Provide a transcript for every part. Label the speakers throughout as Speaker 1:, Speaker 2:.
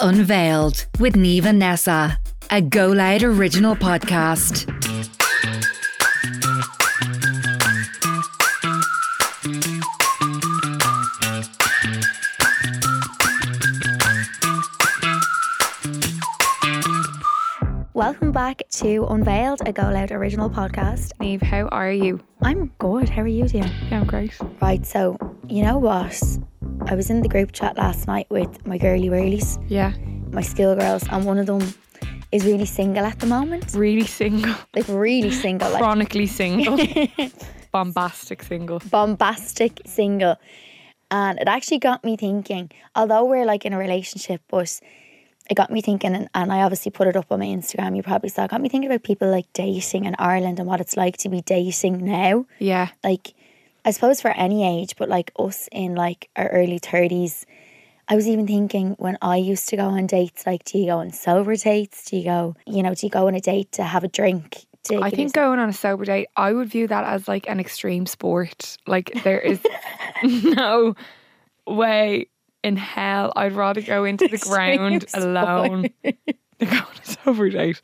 Speaker 1: Unveiled with Neve and Nessa, a Go Loud original podcast.
Speaker 2: Welcome back to Unveiled, a Go Loud original podcast.
Speaker 3: Neve, how are you?
Speaker 2: I'm good. How are you doing?
Speaker 3: Yeah, I'm great.
Speaker 2: Right, so you know what? I was in the group chat last night with my girly whirlies,
Speaker 3: Yeah,
Speaker 2: my schoolgirls, and one of them is really single at the moment.
Speaker 3: really single,
Speaker 2: Like really single, like
Speaker 3: chronically single, bombastic single.
Speaker 2: bombastic single. And it actually got me thinking, although we're like in a relationship, but it got me thinking, and, and I obviously put it up on my Instagram, you probably saw, it got me thinking about people like dating in Ireland and what it's like to be dating now.
Speaker 3: Yeah,
Speaker 2: like I suppose for any age, but like us in like our early thirties, I was even thinking when I used to go on dates, like do you go on sober dates? Do you go, you know, do you go on a date to have a drink? To
Speaker 3: I
Speaker 2: give
Speaker 3: think
Speaker 2: yourself-
Speaker 3: going on a sober date, I would view that as like an extreme sport. Like there is no way in hell I'd rather go into the ground
Speaker 2: Extreme
Speaker 3: alone than go on a sober date.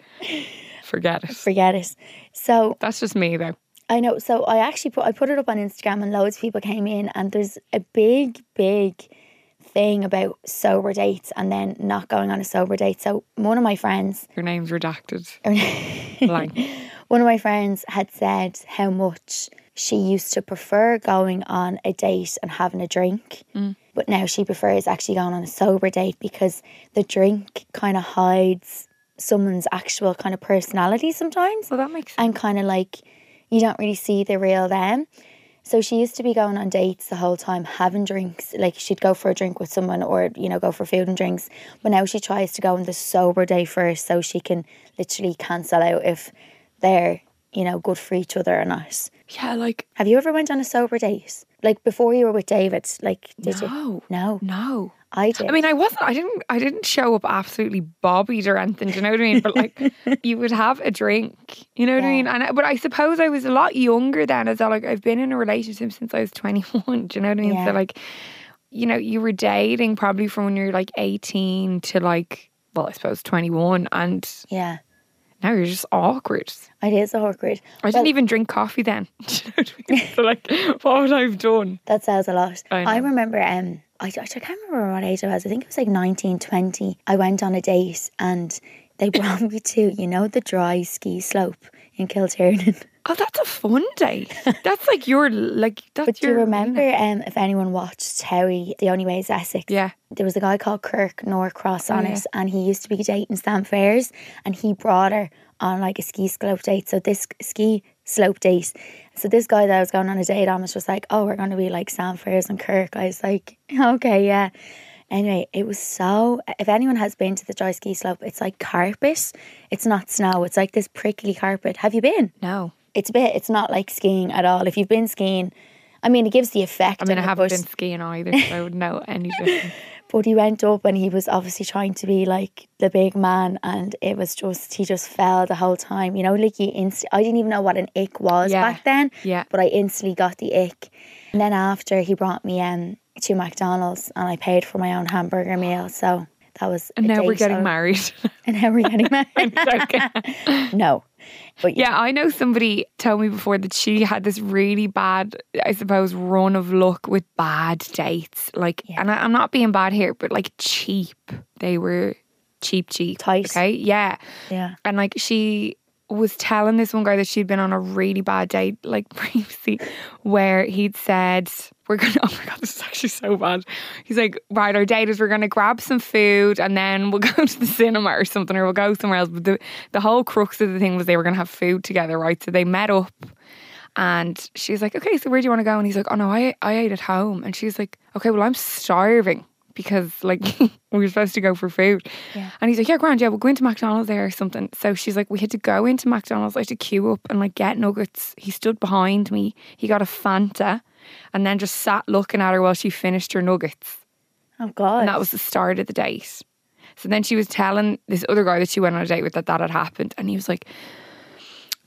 Speaker 3: Forget it.
Speaker 2: forget it. So
Speaker 3: That's just me though.
Speaker 2: I know. So I actually put I put it up on Instagram, and loads of people came in, and there's a big, big thing about sober dates and then not going on a sober date. So one of my friends
Speaker 3: Your name's redacted. Blank.
Speaker 2: One of my friends had said how much she used to prefer going on a date and having a drink, but now she prefers actually going on a sober date because the drink kind of hides someone's actual kind of personality sometimes
Speaker 3: Well, that makes sense.
Speaker 2: and kind of like you don't really see the real them. So she used to be going on dates the whole time, having drinks. Like she'd go for a drink with someone or, you know, go for food and drinks. But now she tries to go on the sober day first so she can literally cancel out if they're, you know, good for each other or not.
Speaker 3: Yeah, like
Speaker 2: Have you ever went on a sober date? Like before you were with David, like did you?
Speaker 3: No.
Speaker 2: No.
Speaker 3: no.
Speaker 2: I did.
Speaker 3: I mean, I wasn't. I didn't. I didn't show up absolutely bobbied or anything. Do you know what I mean? But like, you would have a drink. You know what I mean? And I, but I suppose I was a lot younger then. As well. like, I've been in a relationship since I was twenty one. Do you know what I mean?
Speaker 2: Yeah.
Speaker 3: So like, you know, you were dating probably from when you were like eighteen to like, well, I suppose twenty one, and
Speaker 2: yeah.
Speaker 3: now you're just awkward.
Speaker 2: It is awkward.
Speaker 3: I
Speaker 2: Well-
Speaker 3: didn't even drink coffee then. Do you know what I mean? So like, what would I've done?
Speaker 2: That says a lot.
Speaker 3: I
Speaker 2: I,
Speaker 3: know.
Speaker 2: remember, um, I, I can't remember what age I was. I think it was like 19, 20. I went on a date and they brought me to, you know, the dry ski slope in Kiltiernan.
Speaker 3: Oh, that's a fun day. That's like your like. That's
Speaker 2: But do you
Speaker 3: your
Speaker 2: remember, um, if anyone watched Terry, The Only Way is Essex?
Speaker 3: Yeah.
Speaker 2: There was a guy called Kirk Norcross on
Speaker 3: yeah.
Speaker 2: it and he used to be dating Sam Fairs and he brought her on like a ski slope date. So this ski slope date. So this guy that I was going on a date on was just like, oh, we're going to be like Sam Fairs and Kirk. I was like, okay, yeah. Anyway, it was so. If anyone has been to the dry ski slope, it's like carpet. It's not snow. It's like this prickly carpet. Have you been?
Speaker 3: No.
Speaker 2: It's a bit. It's not like skiing at all. If you've been skiing, I mean, it gives the effect.
Speaker 3: I mean,
Speaker 2: of
Speaker 3: I
Speaker 2: it,
Speaker 3: haven't
Speaker 2: but-
Speaker 3: been skiing either, so I would know any difference.
Speaker 2: But he went up and he was obviously trying to be like the big man, and it was just he just fell the whole time. You know, like he inst- I didn't even know what an ick was
Speaker 3: Yeah.
Speaker 2: back then.
Speaker 3: Yeah.
Speaker 2: But I instantly got the ick. And then after he brought me um to McDonald's and I paid for my own hamburger meal, so that was.
Speaker 3: And
Speaker 2: a
Speaker 3: now we're
Speaker 2: date
Speaker 3: getting
Speaker 2: out.
Speaker 3: married.
Speaker 2: And now we're getting married. no, but yeah,
Speaker 3: yeah, I know somebody told me before that she had this really bad, I suppose, run of luck with bad dates. Like, and I, I'm not being bad here, but like cheap. They were cheap, cheap.
Speaker 2: Tight.
Speaker 3: Okay. Yeah.
Speaker 2: yeah,
Speaker 3: And like she was telling this one guy that she'd been on a really bad date, like previously, where he'd said, We're gonna oh my god, this is actually so bad. He's like, Right, our date is we're gonna grab some food and then we'll go to the cinema or something, or we'll go somewhere else. But the the whole crux of the thing was they were gonna have food together, right? So they met up and she's like, Okay, so where do you wanna go? And he's like, Oh no, I I ate at home and she's like, Okay, well I'm starving because like we were supposed to go for food.
Speaker 2: Yeah.
Speaker 3: And he's like, Yeah, grand, yeah, we'll go into McDonald's there or something. So she's like, We had to go into McDonald's, I had to queue up and like get nuggets. He stood behind me, he got a Fanta and then just sat looking at her while she finished her nuggets.
Speaker 2: oh god,
Speaker 3: And that was the start of the date. So then she was telling this other guy that she went on a date with that that had happened. And he was like,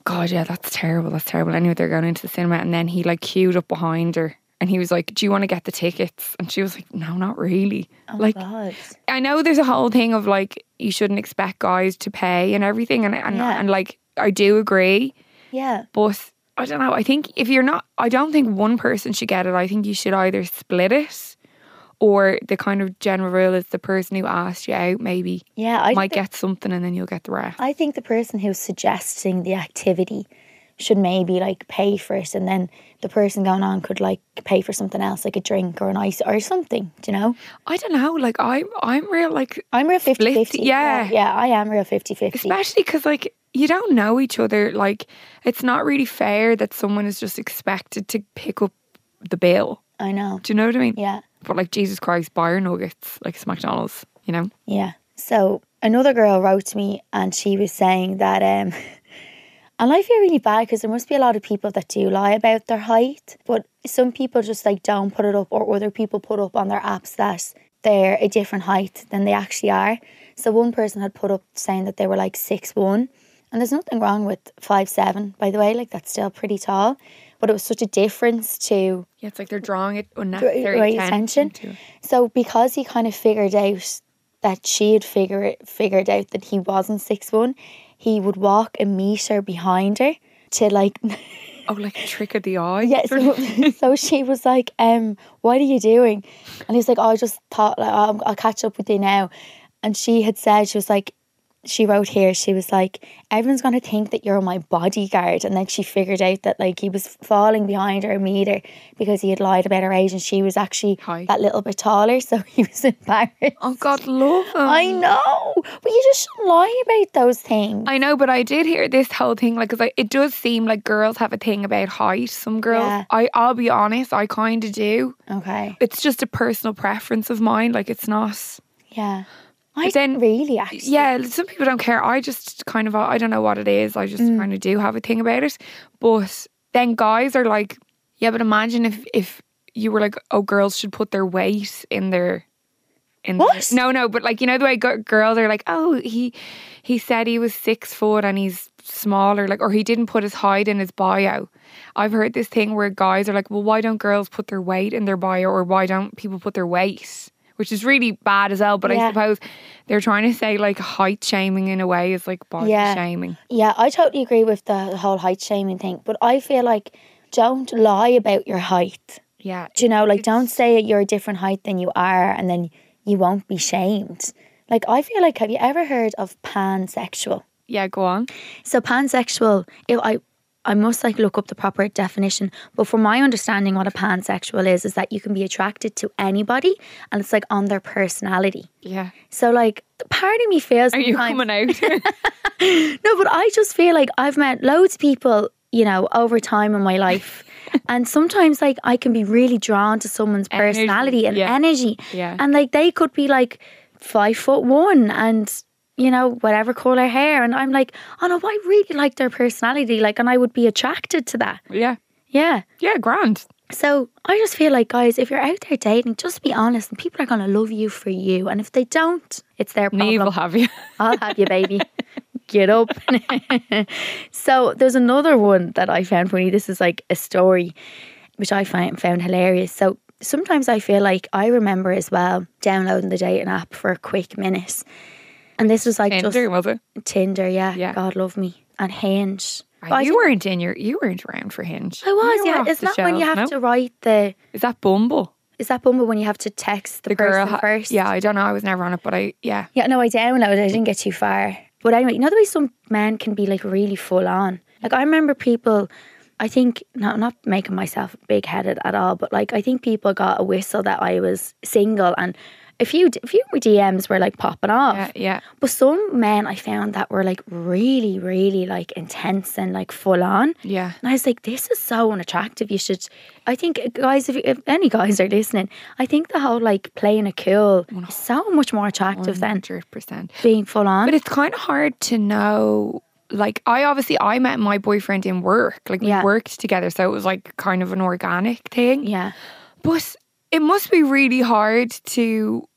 Speaker 3: God, yeah, that's terrible. That's terrible. Anyway, they're going into the cinema. And then he like queued up behind her and he was like, "Do you want to get the tickets?" And she was like, "No, not really."
Speaker 2: Oh
Speaker 3: like
Speaker 2: my god.
Speaker 3: I know there's a whole thing of like you shouldn't expect guys to pay and everything, and and,
Speaker 2: Yeah.
Speaker 3: and like I do agree,
Speaker 2: Yeah.
Speaker 3: but I don't know. I think if you're not, I don't think one person should get it. I think you should either split it, or the kind of general rule is the person who asked you out maybe
Speaker 2: Yeah. I
Speaker 3: might
Speaker 2: think,
Speaker 3: get something, and then you'll get the rest.
Speaker 2: I think the person who's suggesting the activity should maybe like pay for it and then the person going on could like pay for something else, like a drink or an ice or something, do you know?
Speaker 3: I don't know. Like I'm, I'm real like,
Speaker 2: I'm real 50
Speaker 3: Split,
Speaker 2: 50.
Speaker 3: yeah.
Speaker 2: Yeah, I am real 50 50.
Speaker 3: especially because like you don't know each other. Like it's not really fair that someone is just expected to pick up the bill.
Speaker 2: I know.
Speaker 3: Do you know what I mean?
Speaker 2: Yeah.
Speaker 3: But like Jesus Christ, buy your nuggets like it's McDonald's. You know,
Speaker 2: Yeah. So another girl wrote to me and she was saying that um and I feel really bad because there must be a lot of people that do lie about their height, but some people just like don't put it up or other people put up on their apps that they're a different height than they actually are. So one person had put up saying that they were like six one and there's nothing wrong with five seven, by the way, like that's still pretty tall. But it was such a difference to
Speaker 3: yeah, it's like they're drawing it unnecessary
Speaker 2: right
Speaker 3: attention.
Speaker 2: attention. So because he kind of figured out that she had figure figured out that he wasn't six one, he would walk a meter behind her to like
Speaker 3: to- Oh, like trick of the eye.
Speaker 2: yeah. So, so she was like, um, "What are you doing?" And he's like, "Oh, "I just thought like I'll, I'll catch up with you now." And she had said she was like. She wrote here, she was like, Everyone's gonna think that you're my bodyguard. And then she figured out that like he was falling behind her a meter because he had lied about her age and she was actually
Speaker 3: Hi.
Speaker 2: that little bit taller, so he was embarrassed.
Speaker 3: oh God, love him.
Speaker 2: I know, but you just shouldn't lie about those things.
Speaker 3: I know, but I did hear this whole thing like 'cause I, it does seem like girls have a thing about height. Some girls,
Speaker 2: Yeah.
Speaker 3: I I'll be honest, I kind of do.
Speaker 2: okay,
Speaker 3: It's just a personal preference of mine. Like it's not.
Speaker 2: yeah. I
Speaker 3: But then-
Speaker 2: didn't really actually.
Speaker 3: Yeah, some people don't care. I just kind of I don't know what it is. I
Speaker 2: Mm.
Speaker 3: just kind of do have a thing about it. But then guys are like, yeah, but imagine if if you were like, oh, girls should put their weight in their. In their-"
Speaker 2: What?
Speaker 3: no, no, but like you know the way g- girls are like, oh, he he said he was six foot and he's smaller, like, or he didn't put his height in his bio. I've heard this thing where guys are like, well, why don't girls put their weight in their bio, or why don't people put their weight? Which is really bad as hell. But I
Speaker 2: Yeah.
Speaker 3: suppose they're trying to say like height shaming in a way is like body
Speaker 2: Yeah.
Speaker 3: shaming.
Speaker 2: Yeah, I totally agree with the whole height shaming thing, but I feel like don't lie about your height.
Speaker 3: Yeah,
Speaker 2: Do you know, like don't say that you're a different height than you are and then you won't be shamed. Like I feel like have you ever heard of pansexual?
Speaker 3: yeah. Go on.
Speaker 2: So pansexual, if I I must like look up the proper definition, but from my understanding what a pansexual is is that you can be attracted to anybody and it's like on their personality.
Speaker 3: Yeah.
Speaker 2: So like part of me feels
Speaker 3: Are you
Speaker 2: sometimes-
Speaker 3: coming out?
Speaker 2: No, but I just feel like I've met loads of people, you know, over time in my life. and sometimes like I can be really drawn to someone's
Speaker 3: Energy,
Speaker 2: personality and
Speaker 3: yeah.
Speaker 2: energy.
Speaker 3: Yeah.
Speaker 2: And like they could be like five foot one and you know, whatever colour hair. And I'm like, oh no, I really like their personality. Like and I would be attracted to that.
Speaker 3: yeah.
Speaker 2: Yeah.
Speaker 3: Yeah. Grand.
Speaker 2: So I just feel like guys, if you're out there dating, just be honest and people are gonna love you for you. And if they don't, it's their problem.
Speaker 3: Neve will have you.
Speaker 2: I'll have you, baby. Get up. so there's another one that I found funny. This is like a story which I find, found hilarious. So sometimes I feel like I remember as well downloading the dating app for a quick minute. And this was like
Speaker 3: Tinder was it?
Speaker 2: just Tinder, yeah,
Speaker 3: Yeah.
Speaker 2: God love me. And Hinge. But I
Speaker 3: you
Speaker 2: didn't-
Speaker 3: weren't in your. You weren't around for Hinge.
Speaker 2: I was,
Speaker 3: You were
Speaker 2: yeah.
Speaker 3: off
Speaker 2: It's
Speaker 3: the
Speaker 2: not when you
Speaker 3: shelf,
Speaker 2: have
Speaker 3: no?
Speaker 2: to write the
Speaker 3: Is that Bumble?
Speaker 2: is that Bumble when you have to text the, person
Speaker 3: ha-
Speaker 2: first?
Speaker 3: Yeah, I don't know. I was never on it, but I yeah.
Speaker 2: Yeah, no, I downloaded. it. I didn't get too far. But anyway, you know the way some men can be like really full on. Like I remember people. I think no, I'm not making myself big headed at all, but like I think people got a whistle that I was single, and a few a few of my DMs were like popping off.
Speaker 3: Yeah, yeah.
Speaker 2: But some men I found that were like really, really like intense and like full on.
Speaker 3: Yeah.
Speaker 2: And I was like, this is so unattractive. You should, I think, guys, if, if any guys are listening, I think the whole like playing it cool is so much more attractive than
Speaker 3: Hundred percent.
Speaker 2: being full on.
Speaker 3: But it's kind of hard to know. Like I obviously I met my boyfriend in work. Like we
Speaker 2: Yeah.
Speaker 3: worked together, so it was like kind of an organic thing.
Speaker 2: yeah.
Speaker 3: But it must be really hard to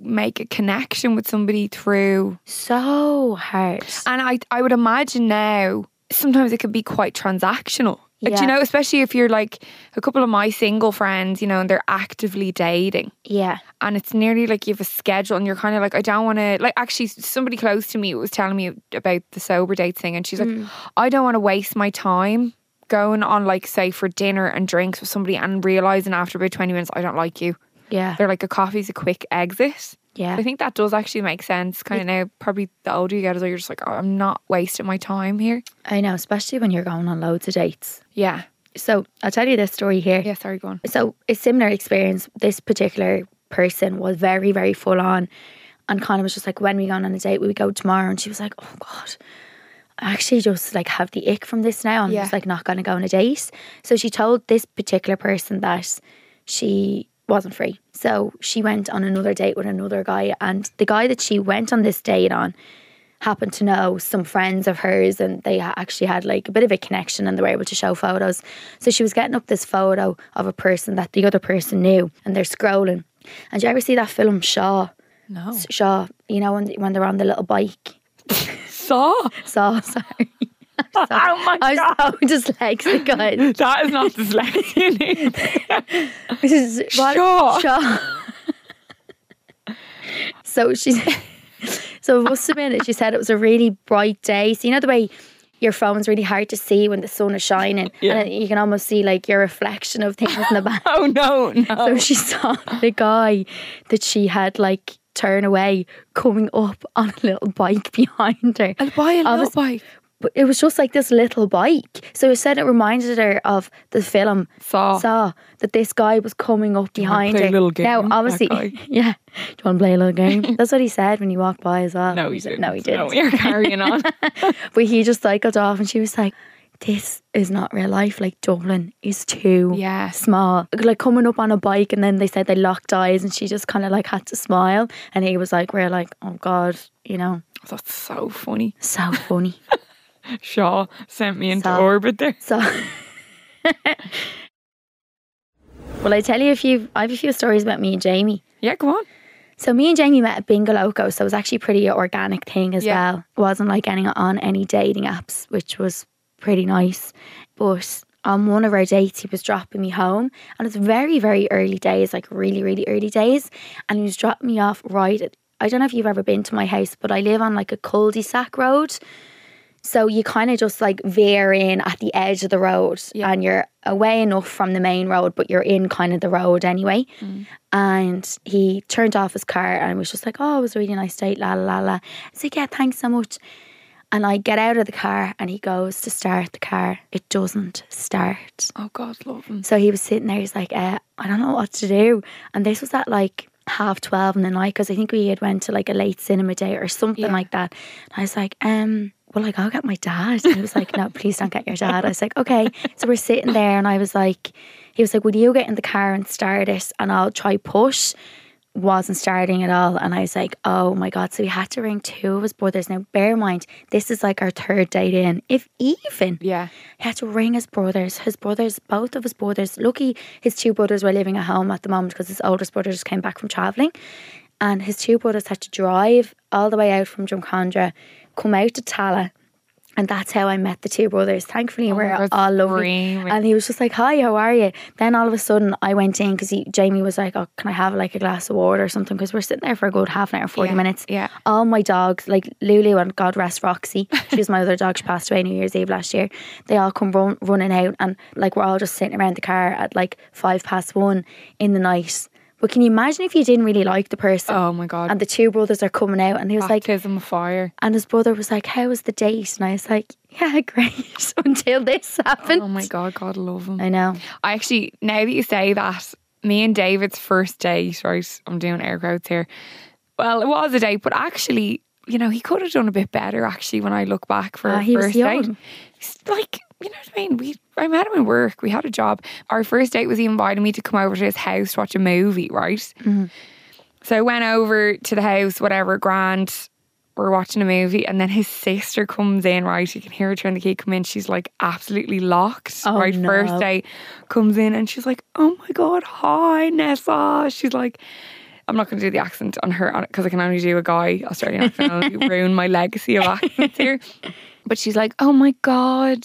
Speaker 3: make a connection with somebody through.
Speaker 2: So hard.
Speaker 3: And I I would imagine now sometimes it could be quite transactional. Like, do
Speaker 2: Yeah.
Speaker 3: you know, especially if you're like a couple of my single friends, you know, and they're actively dating
Speaker 2: Yeah.
Speaker 3: and it's nearly like you have a schedule and you're kind of like i don't want to like actually somebody close to me was telling me about the sober date thing and she's like i don't want to waste my time going on like say for dinner and drinks with somebody and realizing after about 20 minutes i don't like you
Speaker 2: Yeah.
Speaker 3: they're like a coffee's a quick exit
Speaker 2: Yeah.
Speaker 3: i think that does actually make sense kind of now probably the older you get as well, you're just like oh, i'm not wasting my time here
Speaker 2: I know, especially when you're going on loads of dates.
Speaker 3: yeah
Speaker 2: So I'll tell you this story here.
Speaker 3: yeah sorry go on
Speaker 2: So a similar experience. This particular person was very, very full on, and kind of was just like, "When are we going on a date? Will we go tomorrow?" And she was like, "Oh God, I actually just like have the ick from this now. I'm
Speaker 3: Yeah.
Speaker 2: just like not going to go on a date." So she told this particular person that she wasn't free. So she went on another date with another guy, and the guy that she went on this date on happened to know some friends of hers and they ha- actually had like a bit of a connection and they were able to show photos. So she was getting up this photo of a person that the other person knew and they're scrolling. And do you ever see that film Shaw?
Speaker 3: no
Speaker 2: Shaw, you know, when, when they're on the little bike.
Speaker 3: saw
Speaker 2: Shaw, sorry.
Speaker 3: oh my
Speaker 2: I
Speaker 3: god
Speaker 2: was so dyslexic, guys.
Speaker 3: that is not dyslexia
Speaker 2: This is what-
Speaker 3: Shaw.
Speaker 2: Shaw. so she, so it must have been. She said it was a really bright day. So you know the way your phone's really hard to see when the sun is shining,
Speaker 3: Yeah.
Speaker 2: and you can almost see like your reflection of things in the back.
Speaker 3: oh no no
Speaker 2: So she saw the guy that she had like turned away coming up on a little bike behind her.
Speaker 3: And buy a
Speaker 2: Obvious-
Speaker 3: little bike.
Speaker 2: But it was just like this little bike. So it said it reminded her of the film
Speaker 3: Saw.
Speaker 2: saw that this guy was coming up
Speaker 3: Oh. you wanna
Speaker 2: behind
Speaker 3: play a
Speaker 2: her.
Speaker 3: little game,
Speaker 2: now,
Speaker 3: that
Speaker 2: obviously,
Speaker 3: guy?
Speaker 2: yeah. Do you want to play a little game? That's what he said when he walked by as well.
Speaker 3: No, he didn't.
Speaker 2: No, he didn't.
Speaker 3: No, you're carrying on.
Speaker 2: but he just cycled off, and she was like, "This is not real life. Like Dublin is too
Speaker 3: Yeah.
Speaker 2: small. Like coming up on a bike, and then they said they locked eyes, and she just kind of like had to smile, and he was like, "We're like, oh god, you know,
Speaker 3: That's so funny.
Speaker 2: so funny."
Speaker 3: Shaw sent me into
Speaker 2: Saw.
Speaker 3: orbit there.
Speaker 2: So, well, I tell you a few. I have a few stories about me and Jamie.
Speaker 3: Yeah, go on.
Speaker 2: So me and Jamie met at Bingo Loco, so it was actually pretty an organic thing as
Speaker 3: Yeah.
Speaker 2: well. It wasn't like any on any dating apps, which was pretty nice. But on one of our dates, he was dropping me home, and it's very very early days, like really really early days, and he was dropping me off right. At, I don't know if you've ever been to my house, but I live on like a cul-de-sac road. So you kind of just like veer in at the edge of the road
Speaker 3: Yeah.
Speaker 2: and you're away enough from the main road, but you're in kind of the road anyway. And he turned off his car and was just like, Oh, it was a really nice date, la la la la. I was like, Yeah, thanks so much. And I get out of the car and he goes to start the car. It doesn't start.
Speaker 3: Oh God, love him.
Speaker 2: So he was sitting there, he's like, uh, I don't know what to do. And this was at like half 12 in the night because I think we had went to like a late cinema day or something
Speaker 3: Yeah.
Speaker 2: like that. And I was like, um, well, like, I'll get my dad. And he was like, no, please don't get your dad. I was like, okay. So we're sitting there and I was like, he was like, will you get in the car and start it and I'll try push? Wasn't starting at all. And I was like, oh my God. So we had to ring two of his brothers. Now, bear in mind, this is like our third date in, if even.
Speaker 3: Yeah.
Speaker 2: He had to ring his brothers. His brothers, both of his brothers, lucky his two brothers were living at home at the moment because his oldest brother just came back from travelling. And his two brothers had to drive all the way out from Drumcondra, come out to Tala. And that's how I met the two brothers. Thankfully,
Speaker 3: my
Speaker 2: we're
Speaker 3: God,
Speaker 2: all lovely.
Speaker 3: screaming.
Speaker 2: And he was just like, Hi, how are you? Then all of a sudden, I went in because Jamie was like, Oh, can I have like a glass of water or something? Because we're sitting there for a good half an hour, 40
Speaker 3: Yeah,
Speaker 2: minutes.
Speaker 3: yeah.
Speaker 2: All my dogs, like Lulu and God rest Roxy, she was my other dog. She passed away New Year's Eve last year. They all come run, running out, and like we're all just sitting around the car at like five past one in the night. But can you imagine if you didn't really like the person?
Speaker 3: Oh my God.
Speaker 2: And the two brothers are coming out, and he was like,
Speaker 3: Baptism of fire.
Speaker 2: and his brother was like, "How was the date?" And I was like, "Yeah, great." Until this happened,
Speaker 3: Oh my God, God love him.
Speaker 2: I know.
Speaker 3: I actually, now that you say that, me and David's first date, right? I'm doing air quotes here. Well, it was a date, but actually, you know, he could have done a bit better actually when I look back for
Speaker 2: Ah,
Speaker 3: our
Speaker 2: he was
Speaker 3: first date.
Speaker 2: young.
Speaker 3: He's like, you know what I mean? We I met him in work. We had a job. Our first date was he invited me to come over to his house to watch a movie, right? So I went over to the house, whatever, grand. We're watching a movie, and then his sister comes in, right? You can hear her turn the key come in. She's like absolutely locked,
Speaker 2: Oh,
Speaker 3: right? First
Speaker 2: no.
Speaker 3: day comes in, and she's like, Oh my God, hi, Nessa. She's like, I'm not going to do the accent on her because I can only do a guy Australian accent. I'll ruin my legacy of accents here. But she's like, Oh my God,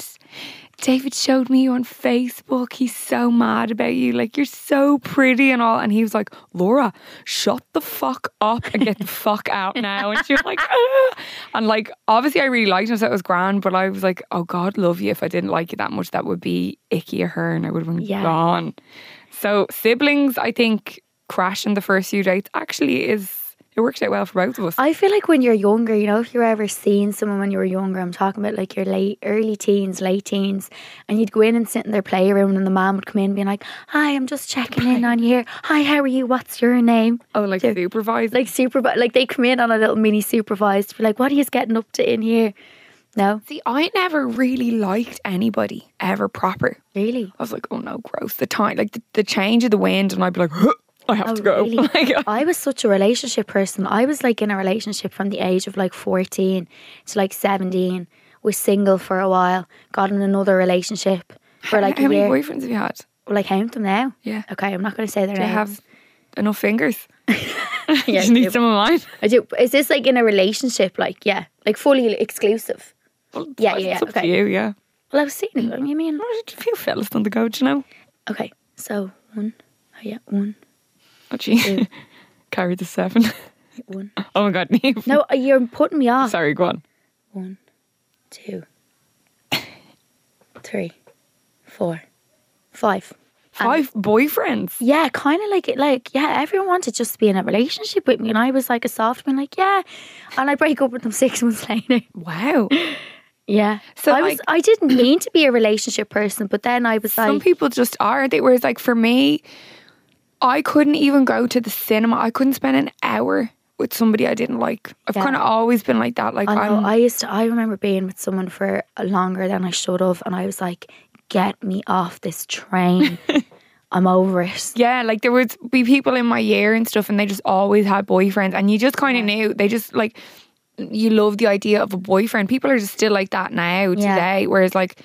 Speaker 3: David showed me you on Facebook. He's so mad about you. Like, you're so pretty and all. And he was like, Laura, shut the fuck up and get the fuck out now. And she was like, "Ah." and like, obviously, I really liked him, so it was grand. But I was like, oh God, love you. If I didn't like you that much, that would be icky of her and I would have been
Speaker 2: Yeah.
Speaker 3: gone. So, siblings, I think, crashing the first few dates actually is, it works out well for both of us.
Speaker 2: I feel like when you're younger, you know, if you're ever seeing someone when you were younger, I'm talking about like your late, early teens, late teens, and you'd go in and sit in their playroom, and the mom would come in being like, "Hi, I'm just checking in on you. here. Hi, how are you? What's your name?"
Speaker 3: oh, like, supervised.
Speaker 2: Like super, like they come in on a little mini supervised, be like, "What are you getting up to in here?" No,
Speaker 3: See, I never really liked anybody ever proper.
Speaker 2: really.
Speaker 3: I was like, oh no, gross. The time, like the, the change of the wind, and I'd be like, "Huh, I have to go. Oh
Speaker 2: really?
Speaker 3: Like,
Speaker 2: I was such a relationship person. I was like in a relationship from the age of like 14 to like 17. Was single for a while, got in another relationship for like
Speaker 3: how
Speaker 2: a
Speaker 3: many
Speaker 2: year.
Speaker 3: boyfriends have you had?
Speaker 2: Well, I count them now.
Speaker 3: Yeah.
Speaker 2: Okay, I'm not going to say their
Speaker 3: Do you
Speaker 2: names.
Speaker 3: have enough fingers?
Speaker 2: Yeah,
Speaker 3: you need some of mine.
Speaker 2: I do. Is this like in a relationship? Like, yeah, like fully exclusive.
Speaker 3: Well,
Speaker 2: Yeah,
Speaker 3: I think
Speaker 2: yeah,
Speaker 3: it's
Speaker 2: yeah,
Speaker 3: up
Speaker 2: okay.
Speaker 3: to you, yeah.
Speaker 2: Well, I was seeing them. I mean,
Speaker 3: Why did you feel fellas on the go, do you know?
Speaker 2: okay. So one, oh, yeah, one,
Speaker 3: Oh, gee. Carry the seven.
Speaker 2: one.
Speaker 3: Oh my God, Neve.
Speaker 2: No, uh, you're putting me off.
Speaker 3: Sorry, go on.
Speaker 2: One, two, three, four, five.
Speaker 3: Five boyfriends.
Speaker 2: Yeah, kind of like it. Like, yeah, everyone wanted just to be in a relationship with me, and I was like a soft being like, yeah, and I break up with them six months later.
Speaker 3: Wow.
Speaker 2: Yeah,
Speaker 3: So,
Speaker 2: so I was.
Speaker 3: like-
Speaker 2: I didn't mean to be a relationship person, but then I was
Speaker 3: Some
Speaker 2: like,
Speaker 3: people just are. They whereas like for me, I couldn't even go to the cinema. I couldn't spend an hour with somebody I didn't like. I've
Speaker 2: Yeah.
Speaker 3: kind of always been like that. Like
Speaker 2: I know.
Speaker 3: I'm,
Speaker 2: I used to. I remember being with someone for longer than I should have, and I was like, "Get me off this train! I'm over it."
Speaker 3: yeah, like there would be people in my year and stuff, and they just always had boyfriends, and you just kind of knew they just like you love the idea of a boyfriend. People are just still like that now
Speaker 2: Yeah.
Speaker 3: today. Whereas like.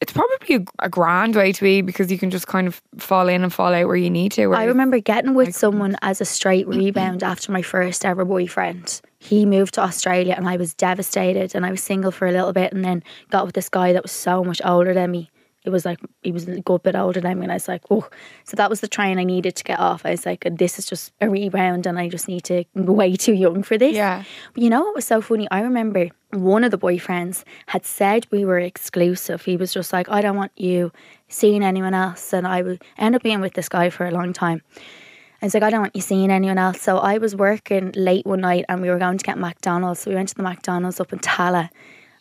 Speaker 3: It's probably a, a grand way to be because you can just kind of fall in and fall out where you need to.
Speaker 2: I
Speaker 3: whereas-
Speaker 2: remember getting with someone as a straight rebound after my first ever boyfriend. He moved to Australia, and I was devastated. And I was single for a little bit, and then got with this guy that was so much older than me. It was like he was a good bit older than me, and I was like, "Oh!" So that was the train I needed to get off. I was like, "This is just a rebound, and I just need to I'm way too young for this."
Speaker 3: Yeah.
Speaker 2: But you know what was so funny? I remember one of the boyfriends had said we were exclusive. He was just like, I don't want you seeing anyone else. And I would end up being with this guy for a long time. I was like, I don't want you seeing anyone else. So I was working late one night and we were going to get McDonald's. So we went to the McDonald's up in Tala.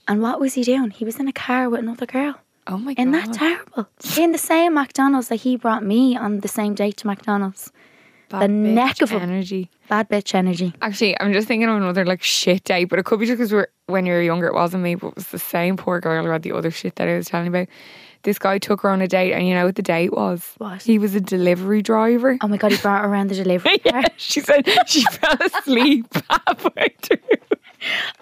Speaker 2: And what was he doing? He was in a car with another girl.
Speaker 3: oh my god,
Speaker 2: Isn't that terrible? In the same McDonald's that he brought me on the same date to McDonald's.
Speaker 3: Bad
Speaker 2: the
Speaker 3: bitch
Speaker 2: neck of a-
Speaker 3: energy.
Speaker 2: Bad bitch energy.
Speaker 3: Actually, I'm just thinking of another like shit day, but it could be just because we're when you were younger, it wasn't me, but it was the same poor girl who had the other shit that I was telling you about. This guy took her on a date, and you know what the date was?
Speaker 2: What?
Speaker 3: He was a delivery driver.
Speaker 2: Oh my God, he brought her around the delivery car.
Speaker 3: She said she fell asleep halfway through.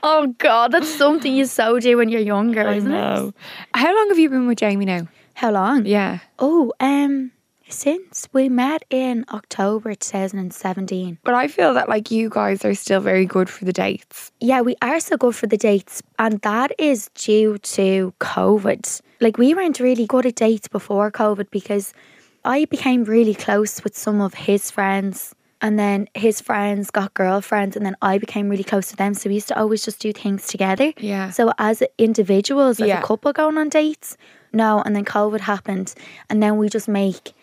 Speaker 2: Oh God, that's something you so do when you're younger, isn't it?
Speaker 3: How long have you been with Jamie now?
Speaker 2: How long?
Speaker 3: Yeah.
Speaker 2: Oh, um, since we met in October 2017.
Speaker 3: But I feel that like you guys are still very good for the dates.
Speaker 2: Yeah, we are so good for the dates, and that is due to COVID. Like we weren't really good at dates before COVID because I became really close with some of his friends. And then his friends got girlfriends, and then I became really close to them. So we used to always just do things together.
Speaker 3: Yeah.
Speaker 2: So as individuals, as
Speaker 3: Yeah.
Speaker 2: a couple going on dates, no. And then COVID happened, and then we just make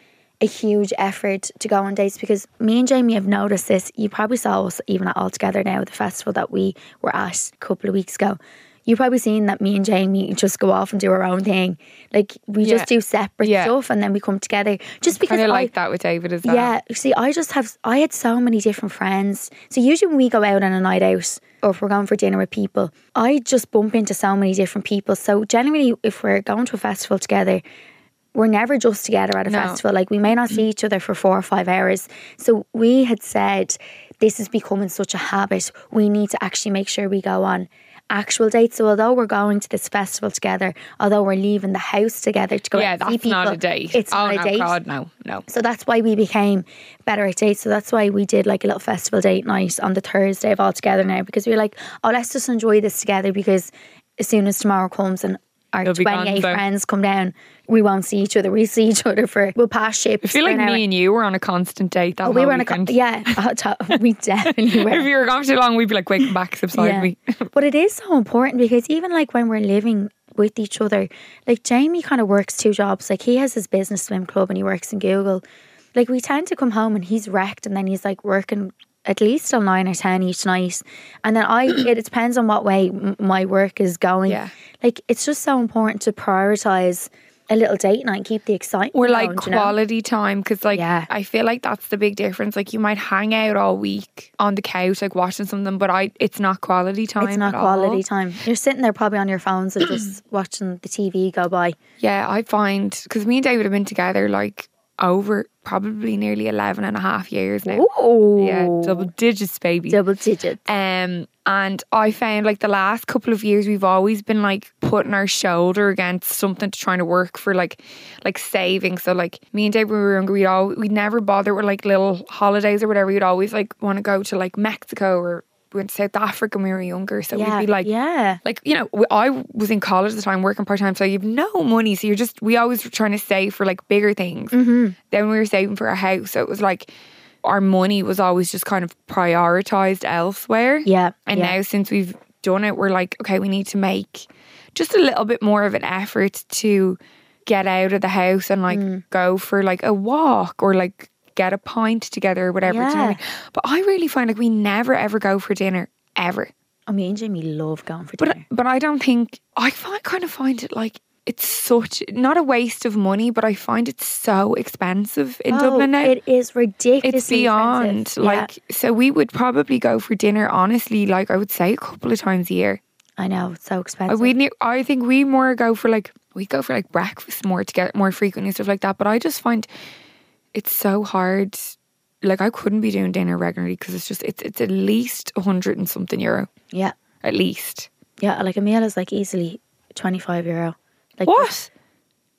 Speaker 2: a huge effort to go on dates because me and Jamie have noticed this. You probably saw us even at All Together Now, the festival that we were at a couple of weeks ago. You've probably seen that me and Jamie just go off and do our own thing. Like we just
Speaker 3: Yeah.
Speaker 2: do separate
Speaker 3: Yeah.
Speaker 2: stuff and then we come together. Just because
Speaker 3: Kind of
Speaker 2: I-
Speaker 3: like that with David as well.
Speaker 2: yeah, you see, I just have I had so many different friends. So usually when we go out on a night out, or if we're going for dinner with people, I just bump into so many different people. So generally, if we're going to a festival together, we're never just together at a
Speaker 3: No.
Speaker 2: festival. Like we may not see each other for four or five hours. So we had said this is becoming such a habit. We need to actually make sure we go on actual dates. So although we're going to this festival together, although we're leaving the house together to go
Speaker 3: Yeah,
Speaker 2: out and see
Speaker 3: that's not
Speaker 2: people,
Speaker 3: a date.
Speaker 2: It's
Speaker 3: oh
Speaker 2: not
Speaker 3: no,
Speaker 2: a date.
Speaker 3: God, no, no.
Speaker 2: So that's why we became better at dates. So that's why we did like a little festival date night on the Thursday of all together now because we were like, oh, let's just enjoy this together because as soon as tomorrow comes and our
Speaker 3: You'll be gone,
Speaker 2: 28
Speaker 3: so.
Speaker 2: friends come down. We won't see each other. We see each other for, we'll pass ships.
Speaker 3: I feel
Speaker 2: for
Speaker 3: like
Speaker 2: an hour.
Speaker 3: me and you were on a constant date that
Speaker 2: Oh,
Speaker 3: whole
Speaker 2: we were on a, co-
Speaker 3: weekend.
Speaker 2: yeah, I'll tell- we definitely were.
Speaker 3: If you were gone for too long, we'd be like, wait, come back, subside
Speaker 2: Yeah.
Speaker 3: me.
Speaker 2: but it is so important because even like when we're living with each other, like Jamie kind of works two jobs. Like he has his business swim club and he works in Google. Like we tend to come home and he's wrecked and then he's like working at least till nine or ten each night. And then I, it depends on what way m- my work is going.
Speaker 3: Yeah.
Speaker 2: Like it's just so important to prioritize a little date night, keep the excitement.
Speaker 3: We're like
Speaker 2: going, do you know?
Speaker 3: quality time because, like,
Speaker 2: Yeah.
Speaker 3: I feel like that's the big difference. Like, you might hang out all week on the couch, like watching something, but I, it's not quality time.
Speaker 2: It's not
Speaker 3: at all.
Speaker 2: quality time. You're sitting there probably on your phones and just watching the TV go by.
Speaker 3: Yeah, I find because me and David have been together like over probably nearly 11 and a half years now.
Speaker 2: Oh,
Speaker 3: Yeah, double digits, baby.
Speaker 2: double digit.
Speaker 3: Um, and I found like the last couple of years we've always been like putting our shoulder against something to trying to work for like like saving. So like me and Dave when we were younger, we'd all we'd never bother with like little holidays or whatever. We'd always like want to go to like Mexico or we went to South Africa when we were younger. So
Speaker 2: yeah,
Speaker 3: we'd be like
Speaker 2: yeah,
Speaker 3: like you know w- i was in college at the time working part-time so you've no money so you're just we always were trying to save for like bigger things
Speaker 2: Mm-hmm.
Speaker 3: then we were saving for a house so it was like our money was always just kind of prioritized elsewhere
Speaker 2: yeah.
Speaker 3: and
Speaker 2: yeah.
Speaker 3: now since we've done it we're like okay we need to make just a little bit more of an effort to get out of the house and like
Speaker 2: Mm.
Speaker 3: go for like a walk or like get a pint together or whatever do you know what I
Speaker 2: Yeah.
Speaker 3: mean? but i really find like we never ever go for dinner ever
Speaker 2: I mean, Jamie love going for
Speaker 3: but
Speaker 2: dinner.
Speaker 3: but I don't think I find, kind of find it like it's such not a waste of money, but I find it so expensive in
Speaker 2: Oh,
Speaker 3: Dublin now.
Speaker 2: it is ridiculous.
Speaker 3: it's beyond like so we would probably go for dinner honestly like I would say a couple of times a year.
Speaker 2: I know it's so
Speaker 3: I
Speaker 2: expensive.
Speaker 3: we ne- I think we more go for like we go for like breakfast more to get more frequently and stuff like that, but I just find it's so hard like I couldn't be doing dinner regularly because it's just it's it's at least 100 and something euro
Speaker 2: yeah,
Speaker 3: at least.
Speaker 2: yeah. Like a meal is like easily twenty five euro. Like
Speaker 3: What?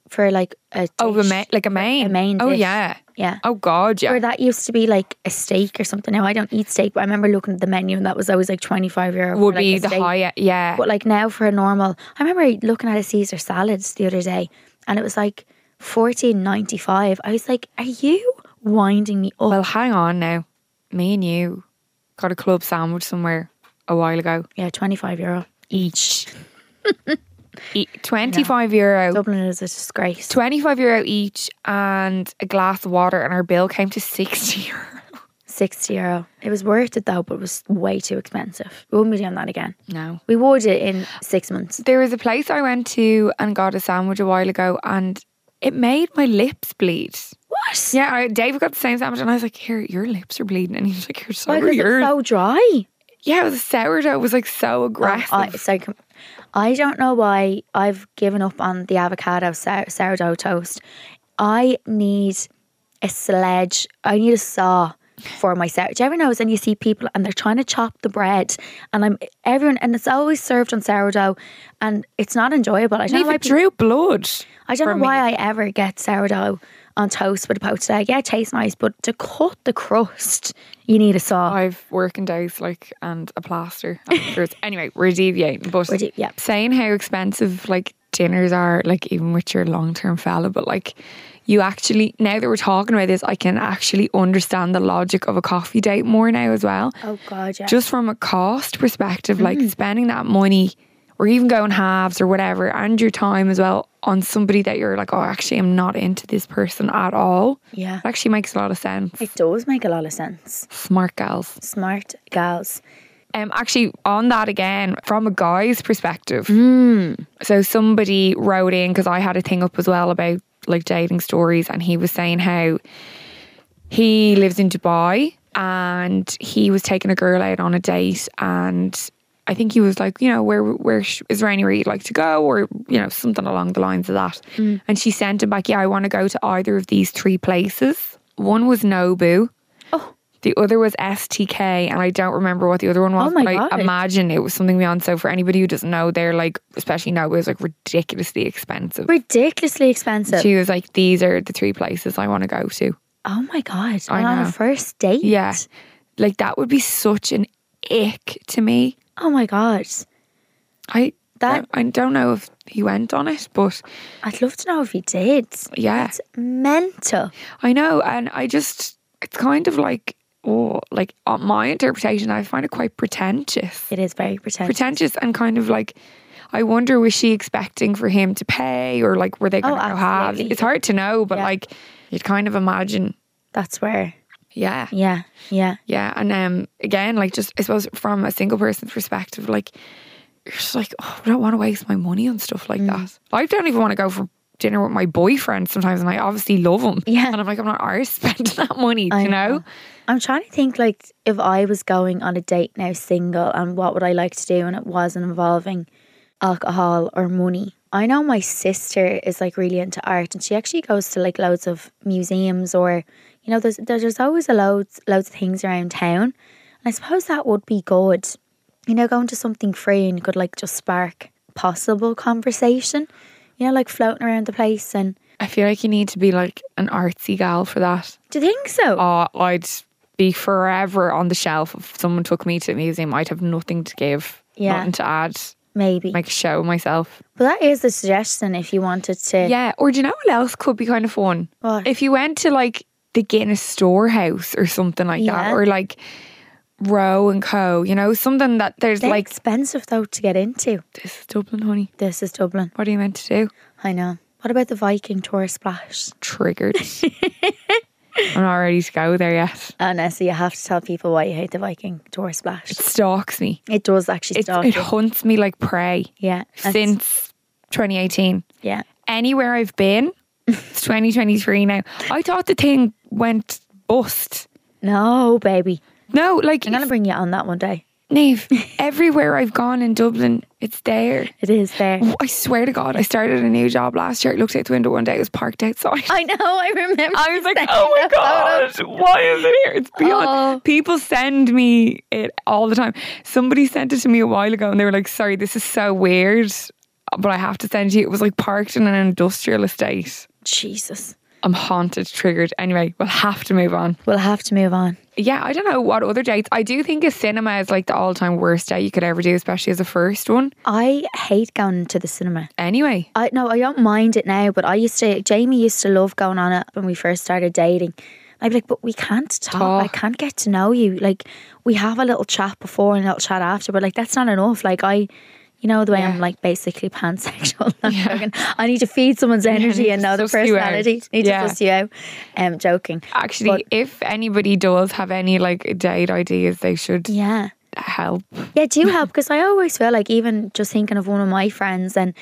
Speaker 2: for like a dish.
Speaker 3: Oh, a ma- like a main.
Speaker 2: main
Speaker 3: Oh
Speaker 2: dish.
Speaker 3: yeah.
Speaker 2: yeah.
Speaker 3: Oh god, yeah.
Speaker 2: Where that used to be like a steak or something. Now I don't eat steak, but I remember looking at the menu and that was always like twenty five euro. for,
Speaker 3: Would
Speaker 2: like,
Speaker 3: be
Speaker 2: a
Speaker 3: the
Speaker 2: steak.
Speaker 3: high. Yeah.
Speaker 2: But like now for a normal, I remember looking at a Caesar salad the other day, and it was like fourteen ninety five. I was like, "Are you winding me up?"
Speaker 3: Well, hang on now. Me and you got a club sandwich somewhere a while ago.
Speaker 2: yeah, twenty five euro.
Speaker 3: Each. e- 25 euro.
Speaker 2: Dublin is a disgrace.
Speaker 3: 25 euro each and a glass of water and our bill came to 60 euro.
Speaker 2: Sixty euro. It was worth it though, but it was way too expensive. We wouldn't be doing that again.
Speaker 3: No.
Speaker 2: We would it in six months.
Speaker 3: There was a place I went to and got a sandwich a while ago and it made my lips bleed.
Speaker 2: What?
Speaker 3: Yeah, I, David got the same sandwich and I was like, here, your lips are bleeding. And he was like, you're so
Speaker 2: Why
Speaker 3: are
Speaker 2: was it
Speaker 3: yours.
Speaker 2: so dry?
Speaker 3: Yeah, it was a sourdough. It was like so
Speaker 2: Um,
Speaker 3: aggressive.
Speaker 2: I, so, com- I don't know why I've given up on the avocado sour, sourdough toast. I need a sledge. I need a saw for my sourdough. Do you ever notice when you see people and they're trying to chop the bread, and I'm everyone, and it's always served on sourdough, and it's not enjoyable. I don't know
Speaker 3: Leave
Speaker 2: why.
Speaker 3: it
Speaker 2: People,
Speaker 3: drew blood.
Speaker 2: I don't
Speaker 3: from
Speaker 2: know why I ever get sourdough on toast with a poached egg. Yeah, it tastes nice, but to cut the crust, you need a saw.
Speaker 3: I've working days like and a plaster. afterwards. anyway, we're deviating. But
Speaker 2: We're de- yeah.
Speaker 3: saying how expensive like dinners are, like even with your long term fella, but like you actually now that we're talking about this, I can actually understand the logic of a coffee date more now as well.
Speaker 2: Oh God, yeah.
Speaker 3: Just from a cost perspective, like spending that money or even going halves or whatever, and your time as well on somebody that you're like, oh, actually, I'm not into this person at all.
Speaker 2: yeah.
Speaker 3: It actually makes a lot of sense.
Speaker 2: It does make a lot of sense.
Speaker 3: Smart gals.
Speaker 2: smart gals.
Speaker 3: Um, actually, on that again, from a guy's perspective. So somebody wrote in because I had a thing up as well about like dating stories, and he was saying how he lives in Dubai and he was taking a girl out on a date, and I think he was like, you know, where where sh- is there anywhere you'd like to go, or you know, something along the lines of that.
Speaker 2: Mm.
Speaker 3: And she sent him back, yeah, I want to go to either of these three places. One was Nobu.
Speaker 2: Oh.
Speaker 3: The other was STK, and I don't remember what the other one was.
Speaker 2: Oh my
Speaker 3: but I
Speaker 2: God.
Speaker 3: imagine it was something beyond. So for anybody who doesn't know, they're like, especially now, it was like ridiculously expensive.
Speaker 2: Ridiculously expensive.
Speaker 3: She was like, "These are the three places I want to go to."
Speaker 2: oh my god!
Speaker 3: I
Speaker 2: and on
Speaker 3: know.
Speaker 2: a first date.
Speaker 3: Yeah, like that would be such an ick to me.
Speaker 2: Oh my god.
Speaker 3: I
Speaker 2: That
Speaker 3: I don't know if he went on it, but
Speaker 2: I'd love to know if he did.
Speaker 3: yeah,
Speaker 2: It's mental.
Speaker 3: I know. And I just, it's kind of like, oh, like uh, my interpretation, I find it quite pretentious.
Speaker 2: It is very pretentious.
Speaker 3: Pretentious and kind of like, I wonder, was she expecting for him to pay or like, were they
Speaker 2: Oh,
Speaker 3: going to go halves?
Speaker 2: absolutely.
Speaker 3: It's hard to know, but
Speaker 2: Yeah.
Speaker 3: like, you'd kind of imagine,
Speaker 2: That's where.
Speaker 3: yeah.
Speaker 2: Yeah, yeah.
Speaker 3: Yeah, and um, again, like just I suppose from a single person's perspective, like you're just like, oh, I don't want to waste my money on stuff
Speaker 2: Mm.
Speaker 3: like that. I don't even want to go for dinner with my boyfriend sometimes, and I obviously love him.
Speaker 2: Yeah.
Speaker 3: and I'm like, I'm not Irish spending that money, do
Speaker 2: I
Speaker 3: you know?
Speaker 2: know. I'm trying to think like if I was going on a date now single and what would I like to do and it wasn't involving alcohol or money. I know my sister is like really into art and she actually goes to like loads of museums or you know there's there's always a loads loads of things around town. And I suppose that would be good. You know going to something free and could like just spark possible conversation. You know like floating around the place and
Speaker 3: I feel like you need to be like an artsy gal for that.
Speaker 2: do you think so?
Speaker 3: Oh, I'd be forever on the shelf if someone took me to a museum. I'd have nothing to give,
Speaker 2: Yeah.
Speaker 3: nothing to add,
Speaker 2: Maybe.
Speaker 3: like show myself.
Speaker 2: but that is a suggestion if you wanted to
Speaker 3: Yeah, or do you know what else could be kind of fun?
Speaker 2: What?
Speaker 3: If you went to like the Guinness Storehouse or something like
Speaker 2: Yeah.
Speaker 3: that, or like Row and Co. You know, something that there's
Speaker 2: They're
Speaker 3: like
Speaker 2: expensive though to get into.
Speaker 3: this is Dublin, honey.
Speaker 2: This is Dublin.
Speaker 3: What are you meant to do?
Speaker 2: I know. What about the Viking tour splash?
Speaker 3: Triggered. I'm not ready to go there yet.
Speaker 2: Oh no, so you have to tell people why you hate the Viking tour splash.
Speaker 3: Stalks me.
Speaker 2: It does actually
Speaker 3: It,
Speaker 2: stalk
Speaker 3: it
Speaker 2: you.
Speaker 3: hunts me like prey
Speaker 2: Yeah. that's-
Speaker 3: since 2018.
Speaker 2: Yeah.
Speaker 3: Anywhere I've been, it's 2023 now. I thought the thing went bust.
Speaker 2: No, baby.
Speaker 3: No, like
Speaker 2: I'm gonna bring you on that one day.
Speaker 3: Nave, everywhere I've gone in Dublin, it's there.
Speaker 2: It is there.
Speaker 3: I swear to God, I started a new job last year. I looked out the window one day, it was parked outside.
Speaker 2: I know, I remember.
Speaker 3: I was like, oh my God, why is it here? It's beyond.
Speaker 2: Oh.
Speaker 3: People send me it all the time. Somebody sent it to me a while ago and they were like, sorry, this is so weird, but I have to send you. It was like parked in an industrial estate.
Speaker 2: Jesus.
Speaker 3: I'm haunted, triggered. Anyway, we'll have to move on.
Speaker 2: We'll have to move on.
Speaker 3: Yeah, I don't know what other dates. I do think a cinema is like the all time worst day you could ever do, especially as a first one.
Speaker 2: I hate going to the cinema.
Speaker 3: Anyway,
Speaker 2: I no, I don't mind it now, but I used to. Jamie used to love going on it when we first started dating. I'd be like, but we can't talk. I
Speaker 3: Talk.
Speaker 2: can't get to know you. Like we have a little chat before and a little chat after, but like that's not enough. Like I, you know, the way I'm
Speaker 3: Yeah.
Speaker 2: like basically pansexual. I'm joking. I need to feed someone's energy
Speaker 3: need
Speaker 2: and
Speaker 3: to
Speaker 2: know their
Speaker 3: suss you out.
Speaker 2: personality. Need
Speaker 3: Yeah. Uh,
Speaker 2: to suss you out. Um, joking.
Speaker 3: actually,
Speaker 2: But-
Speaker 3: if anybody does have any like date ideas, they should
Speaker 2: Yeah.
Speaker 3: help.
Speaker 2: Yeah, do help because I always feel like even just thinking of one of my friends and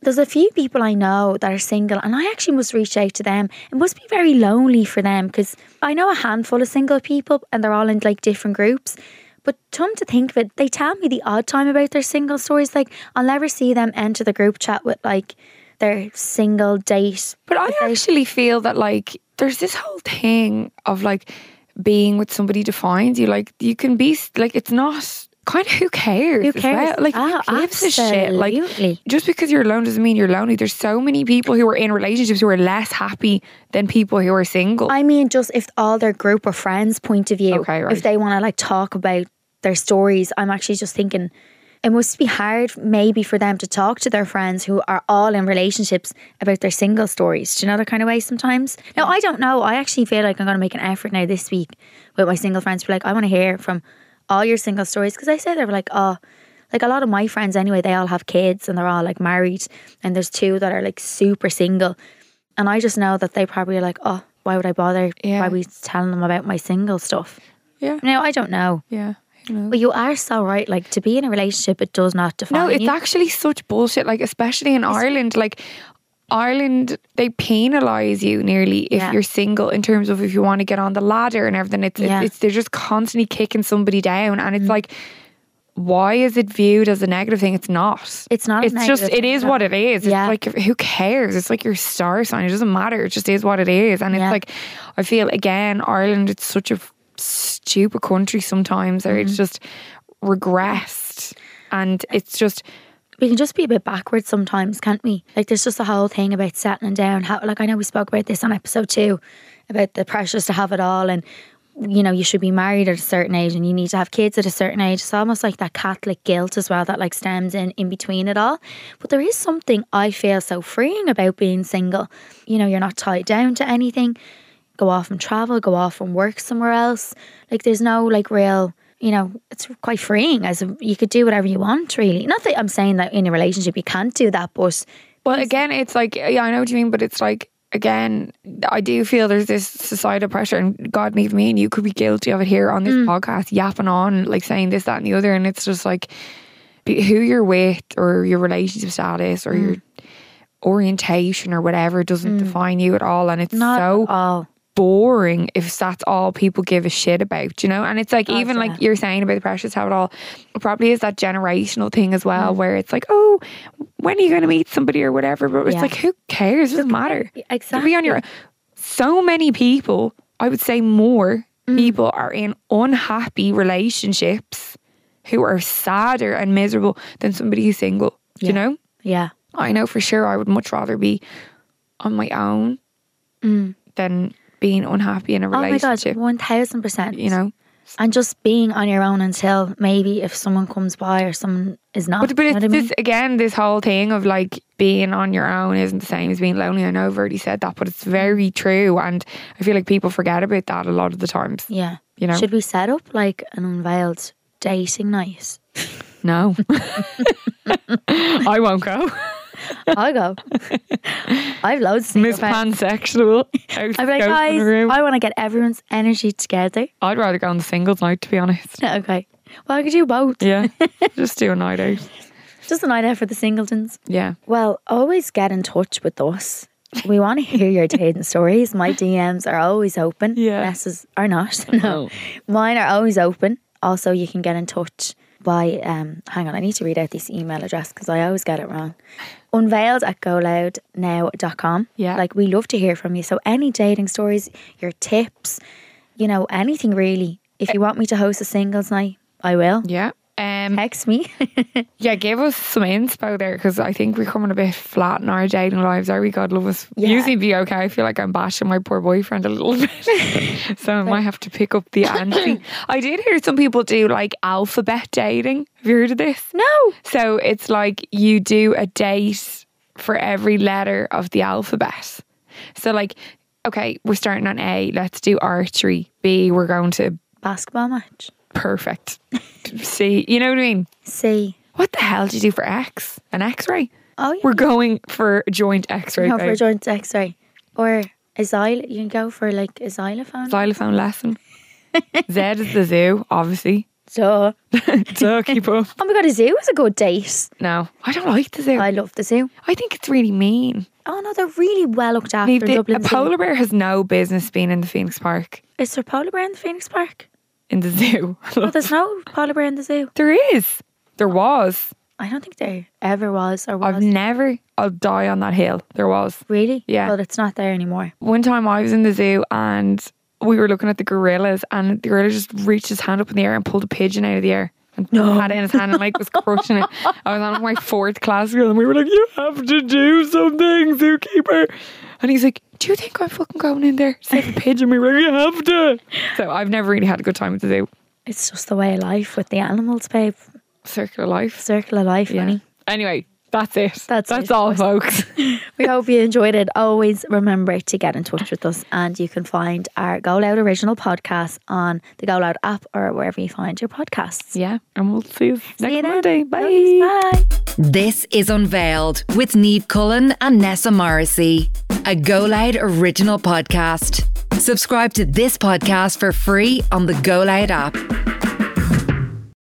Speaker 2: there's a few people I know that are single and I actually must reach out to them. It must be very lonely for them because I know a handful of single people and they're all in like different groups. But come to think of it, they tell me the odd time about their single stories. Like I'll never see them enter the group chat with like their single date.
Speaker 3: But I actually feel that like there's this whole thing of like being with somebody defines you. Like you can be s- like it's not kind of who cares.
Speaker 2: Who
Speaker 3: as
Speaker 2: cares?
Speaker 3: well. Like
Speaker 2: Oh,
Speaker 3: who gives a shit? Like
Speaker 2: absolutely.
Speaker 3: just because you're alone doesn't mean you're lonely. There's so many people who are in relationships who are less happy than people who are single.
Speaker 2: I mean, just if all their group of friends' point of view,
Speaker 3: Okay, right.
Speaker 2: if they want to like talk about their stories, I'm actually just thinking it must be hard maybe for them to talk to their friends who are all in relationships about their single stories. Do you know that kind of way sometimes? No, I don't know. I actually feel like I'm going to make an effort now this week with my single friends. Be like, I want to hear from all your single stories because I say they were like, oh, like a lot of my friends anyway, they all have kids and they're all like married, and there's two that are like super single. And I just know that they probably are like, oh, why would I bother?
Speaker 3: Yeah.
Speaker 2: Why are we telling them about my single stuff?
Speaker 3: yeah.
Speaker 2: No, I don't know.
Speaker 3: Yeah. Who knows?
Speaker 2: But you are so right. Like to be in a relationship, it does not define.
Speaker 3: No, it's
Speaker 2: you.
Speaker 3: actually such bullshit. Like, especially in Ireland, like Ireland, they penalise you nearly if
Speaker 2: Yeah.
Speaker 3: you're single in terms of if you want to get on the ladder and everything. It's, it's,
Speaker 2: Yeah. Mm.
Speaker 3: it's they're just constantly kicking somebody down, and it's like, why is it viewed as a negative thing? It's not.
Speaker 2: It's not a
Speaker 3: It's just
Speaker 2: negative
Speaker 3: it
Speaker 2: thing,
Speaker 3: is
Speaker 2: no.
Speaker 3: what it is.
Speaker 2: Yeah.
Speaker 3: It's like who cares? It's like your star sign. It doesn't matter. It just is what it is, and
Speaker 2: Yeah.
Speaker 3: it's like I feel again, Ireland. It's such a f- stupid country sometimes, or it's just regressed, and it's just.
Speaker 2: we can just be a bit backwards sometimes, can't we? Like there's just the whole thing about settling down. How like I know we spoke about this on episode two about the pressures to have it all and you know, you should be married at a certain age and you need to have kids at a certain age. It's almost like that Catholic guilt as well that like stems in in between it all. But there is something I feel so freeing about being single. You know, you're not tied down to anything. Go off and travel, go off and work somewhere else. Like there's no like real you know, it's quite freeing as a- you could do whatever you want, really. Not that I'm saying that in a relationship you can't do that, but
Speaker 3: Well, again, it's like yeah, I know what you mean, but it's like again, I do feel there's this societal pressure, and God needs me, and you could be guilty of it here on this podcast, yapping on like saying this, that, and the other, and it's just like be- who you're with or your relationship status or your orientation or whatever doesn't define you at all, and it's
Speaker 2: not
Speaker 3: so
Speaker 2: at all.
Speaker 3: boring if that's all people give a shit about, you know? And it's like, even
Speaker 2: Oh, yeah.
Speaker 3: like you're saying about the pressures, how it all it probably is that generational thing as well,
Speaker 2: Mm-hmm.
Speaker 3: where it's like, oh, when are you going to meet somebody or whatever? But it's
Speaker 2: Yeah.
Speaker 3: like, who cares? It doesn't matter. To
Speaker 2: Exactly.
Speaker 3: be on your own. So many people, I would say more
Speaker 2: Mm.
Speaker 3: people are in unhappy relationships who are sadder and miserable than somebody who's single, do you know?
Speaker 2: Yeah.
Speaker 3: I know for sure I would much rather be on my own than being unhappy in a
Speaker 2: Mm. Oh my god,
Speaker 3: relationship.
Speaker 2: one thousand percent.
Speaker 3: you know,
Speaker 2: and just being on your own until maybe if someone comes by or someone is not.
Speaker 3: but but
Speaker 2: you know what
Speaker 3: it's
Speaker 2: I mean?
Speaker 3: this again this whole thing of like being on your own isn't the same as being lonely. I know I've already said that, but it's very true, and I feel like people forget about that a lot of the times.
Speaker 2: yeah.
Speaker 3: you know.
Speaker 2: should we set up like an unveiled dating night?
Speaker 3: No, I won't go.
Speaker 2: I'll go. I've loads of single
Speaker 3: Miss
Speaker 2: friends.
Speaker 3: pansexual.
Speaker 2: I'd be like, guys, I want to get everyone's energy together.
Speaker 3: I'd rather go on the singles night to be honest.
Speaker 2: Okay. Well, I could do both.
Speaker 3: Yeah, just do a night out.
Speaker 2: Just an idea for the singletons.
Speaker 3: Yeah.
Speaker 2: Well, always get in touch with us. We want to hear your dating stories. My DMs are always open.
Speaker 3: Yeah.
Speaker 2: Messes are not. No. Mine are always open. Also, you can get in touch by, um, hang on, I need to read out this email address because I always get it wrong. Unveiled at goloudnow.com.
Speaker 3: Yeah.
Speaker 2: Like, we love to hear from you. So, any dating stories, your tips, you know, anything really. If you want me to host a singles night, I will.
Speaker 3: Yeah. Um,
Speaker 2: Text me.
Speaker 3: Yeah, give us some inspo there because I think we're coming a bit flat in our dating lives. Are we? God love us.
Speaker 2: Yeah.
Speaker 3: Usually be okay. I feel like I'm bashing my poor boyfriend a little bit, so I might have to pick up the ante. I did hear some people do like alphabet dating. Have you heard of this?
Speaker 2: no.
Speaker 3: So it's like you do a date for every letter of the alphabet. So like, okay, we're starting on A. Let's do archery. B, we're going to
Speaker 2: basketball match.
Speaker 3: perfect. C, you know what I mean?
Speaker 2: See,
Speaker 3: What the hell did you do for X? An X ray?
Speaker 2: Oh, yeah.
Speaker 3: We're going for a joint X ray.
Speaker 2: no, for a joint X-ray or a xyl. You can go for like a xylophone.
Speaker 3: Xylophone lesson. Z is the zoo, obviously.
Speaker 2: Duh.
Speaker 3: Duh, keep up.
Speaker 2: Oh my god, a zoo is a good date.
Speaker 3: No, I don't like the zoo.
Speaker 2: I
Speaker 3: I,
Speaker 2: love the zoo.
Speaker 3: think it's really mean.
Speaker 2: Oh no, they're really well looked after.
Speaker 3: The-
Speaker 2: in
Speaker 3: the- a
Speaker 2: Dublin zoo.
Speaker 3: polar bear has no business being in the Phoenix Park,
Speaker 2: Is there a polar bear in the Phoenix Park?
Speaker 3: in the zoo.
Speaker 2: No, there's no polar bear in the zoo.
Speaker 3: there is. There was.
Speaker 2: I don't think there ever was or was.
Speaker 3: I've never, I'll die on that hill. There was.
Speaker 2: really?
Speaker 3: Yeah.
Speaker 2: But it's not there anymore.
Speaker 3: One time I was in the zoo and we were looking at the gorillas and the gorilla just reached his hand up in the air and pulled a pigeon out of the air. And had it in his hand and like was crushing it. I was on my fourth class girl and we were like, You have to do something, zookeeper. And he's like, Do you think I'm fucking going in there? to Save a pigeon. We were like, You have to. So I've never really had a good time at the zoo.
Speaker 2: It's just the way of life with the animals, babe.
Speaker 3: Circular life.
Speaker 2: Circle of life, honey.
Speaker 3: Anyway, that's it.
Speaker 2: That's
Speaker 3: that's
Speaker 2: it.
Speaker 3: all folks.
Speaker 2: We hope you enjoyed it. Always remember to get in touch with us, and you can find our Go Loud original podcast on the Go Loud app or wherever you find your podcasts.
Speaker 3: yeah. And we'll see you next
Speaker 2: See you then.
Speaker 3: Monday. Bye.
Speaker 2: Bye.
Speaker 1: This is Unveiled with Neve Cullen and Nessa Morrissey, a Go Loud original podcast. Subscribe to this podcast for free on the Go Loud app.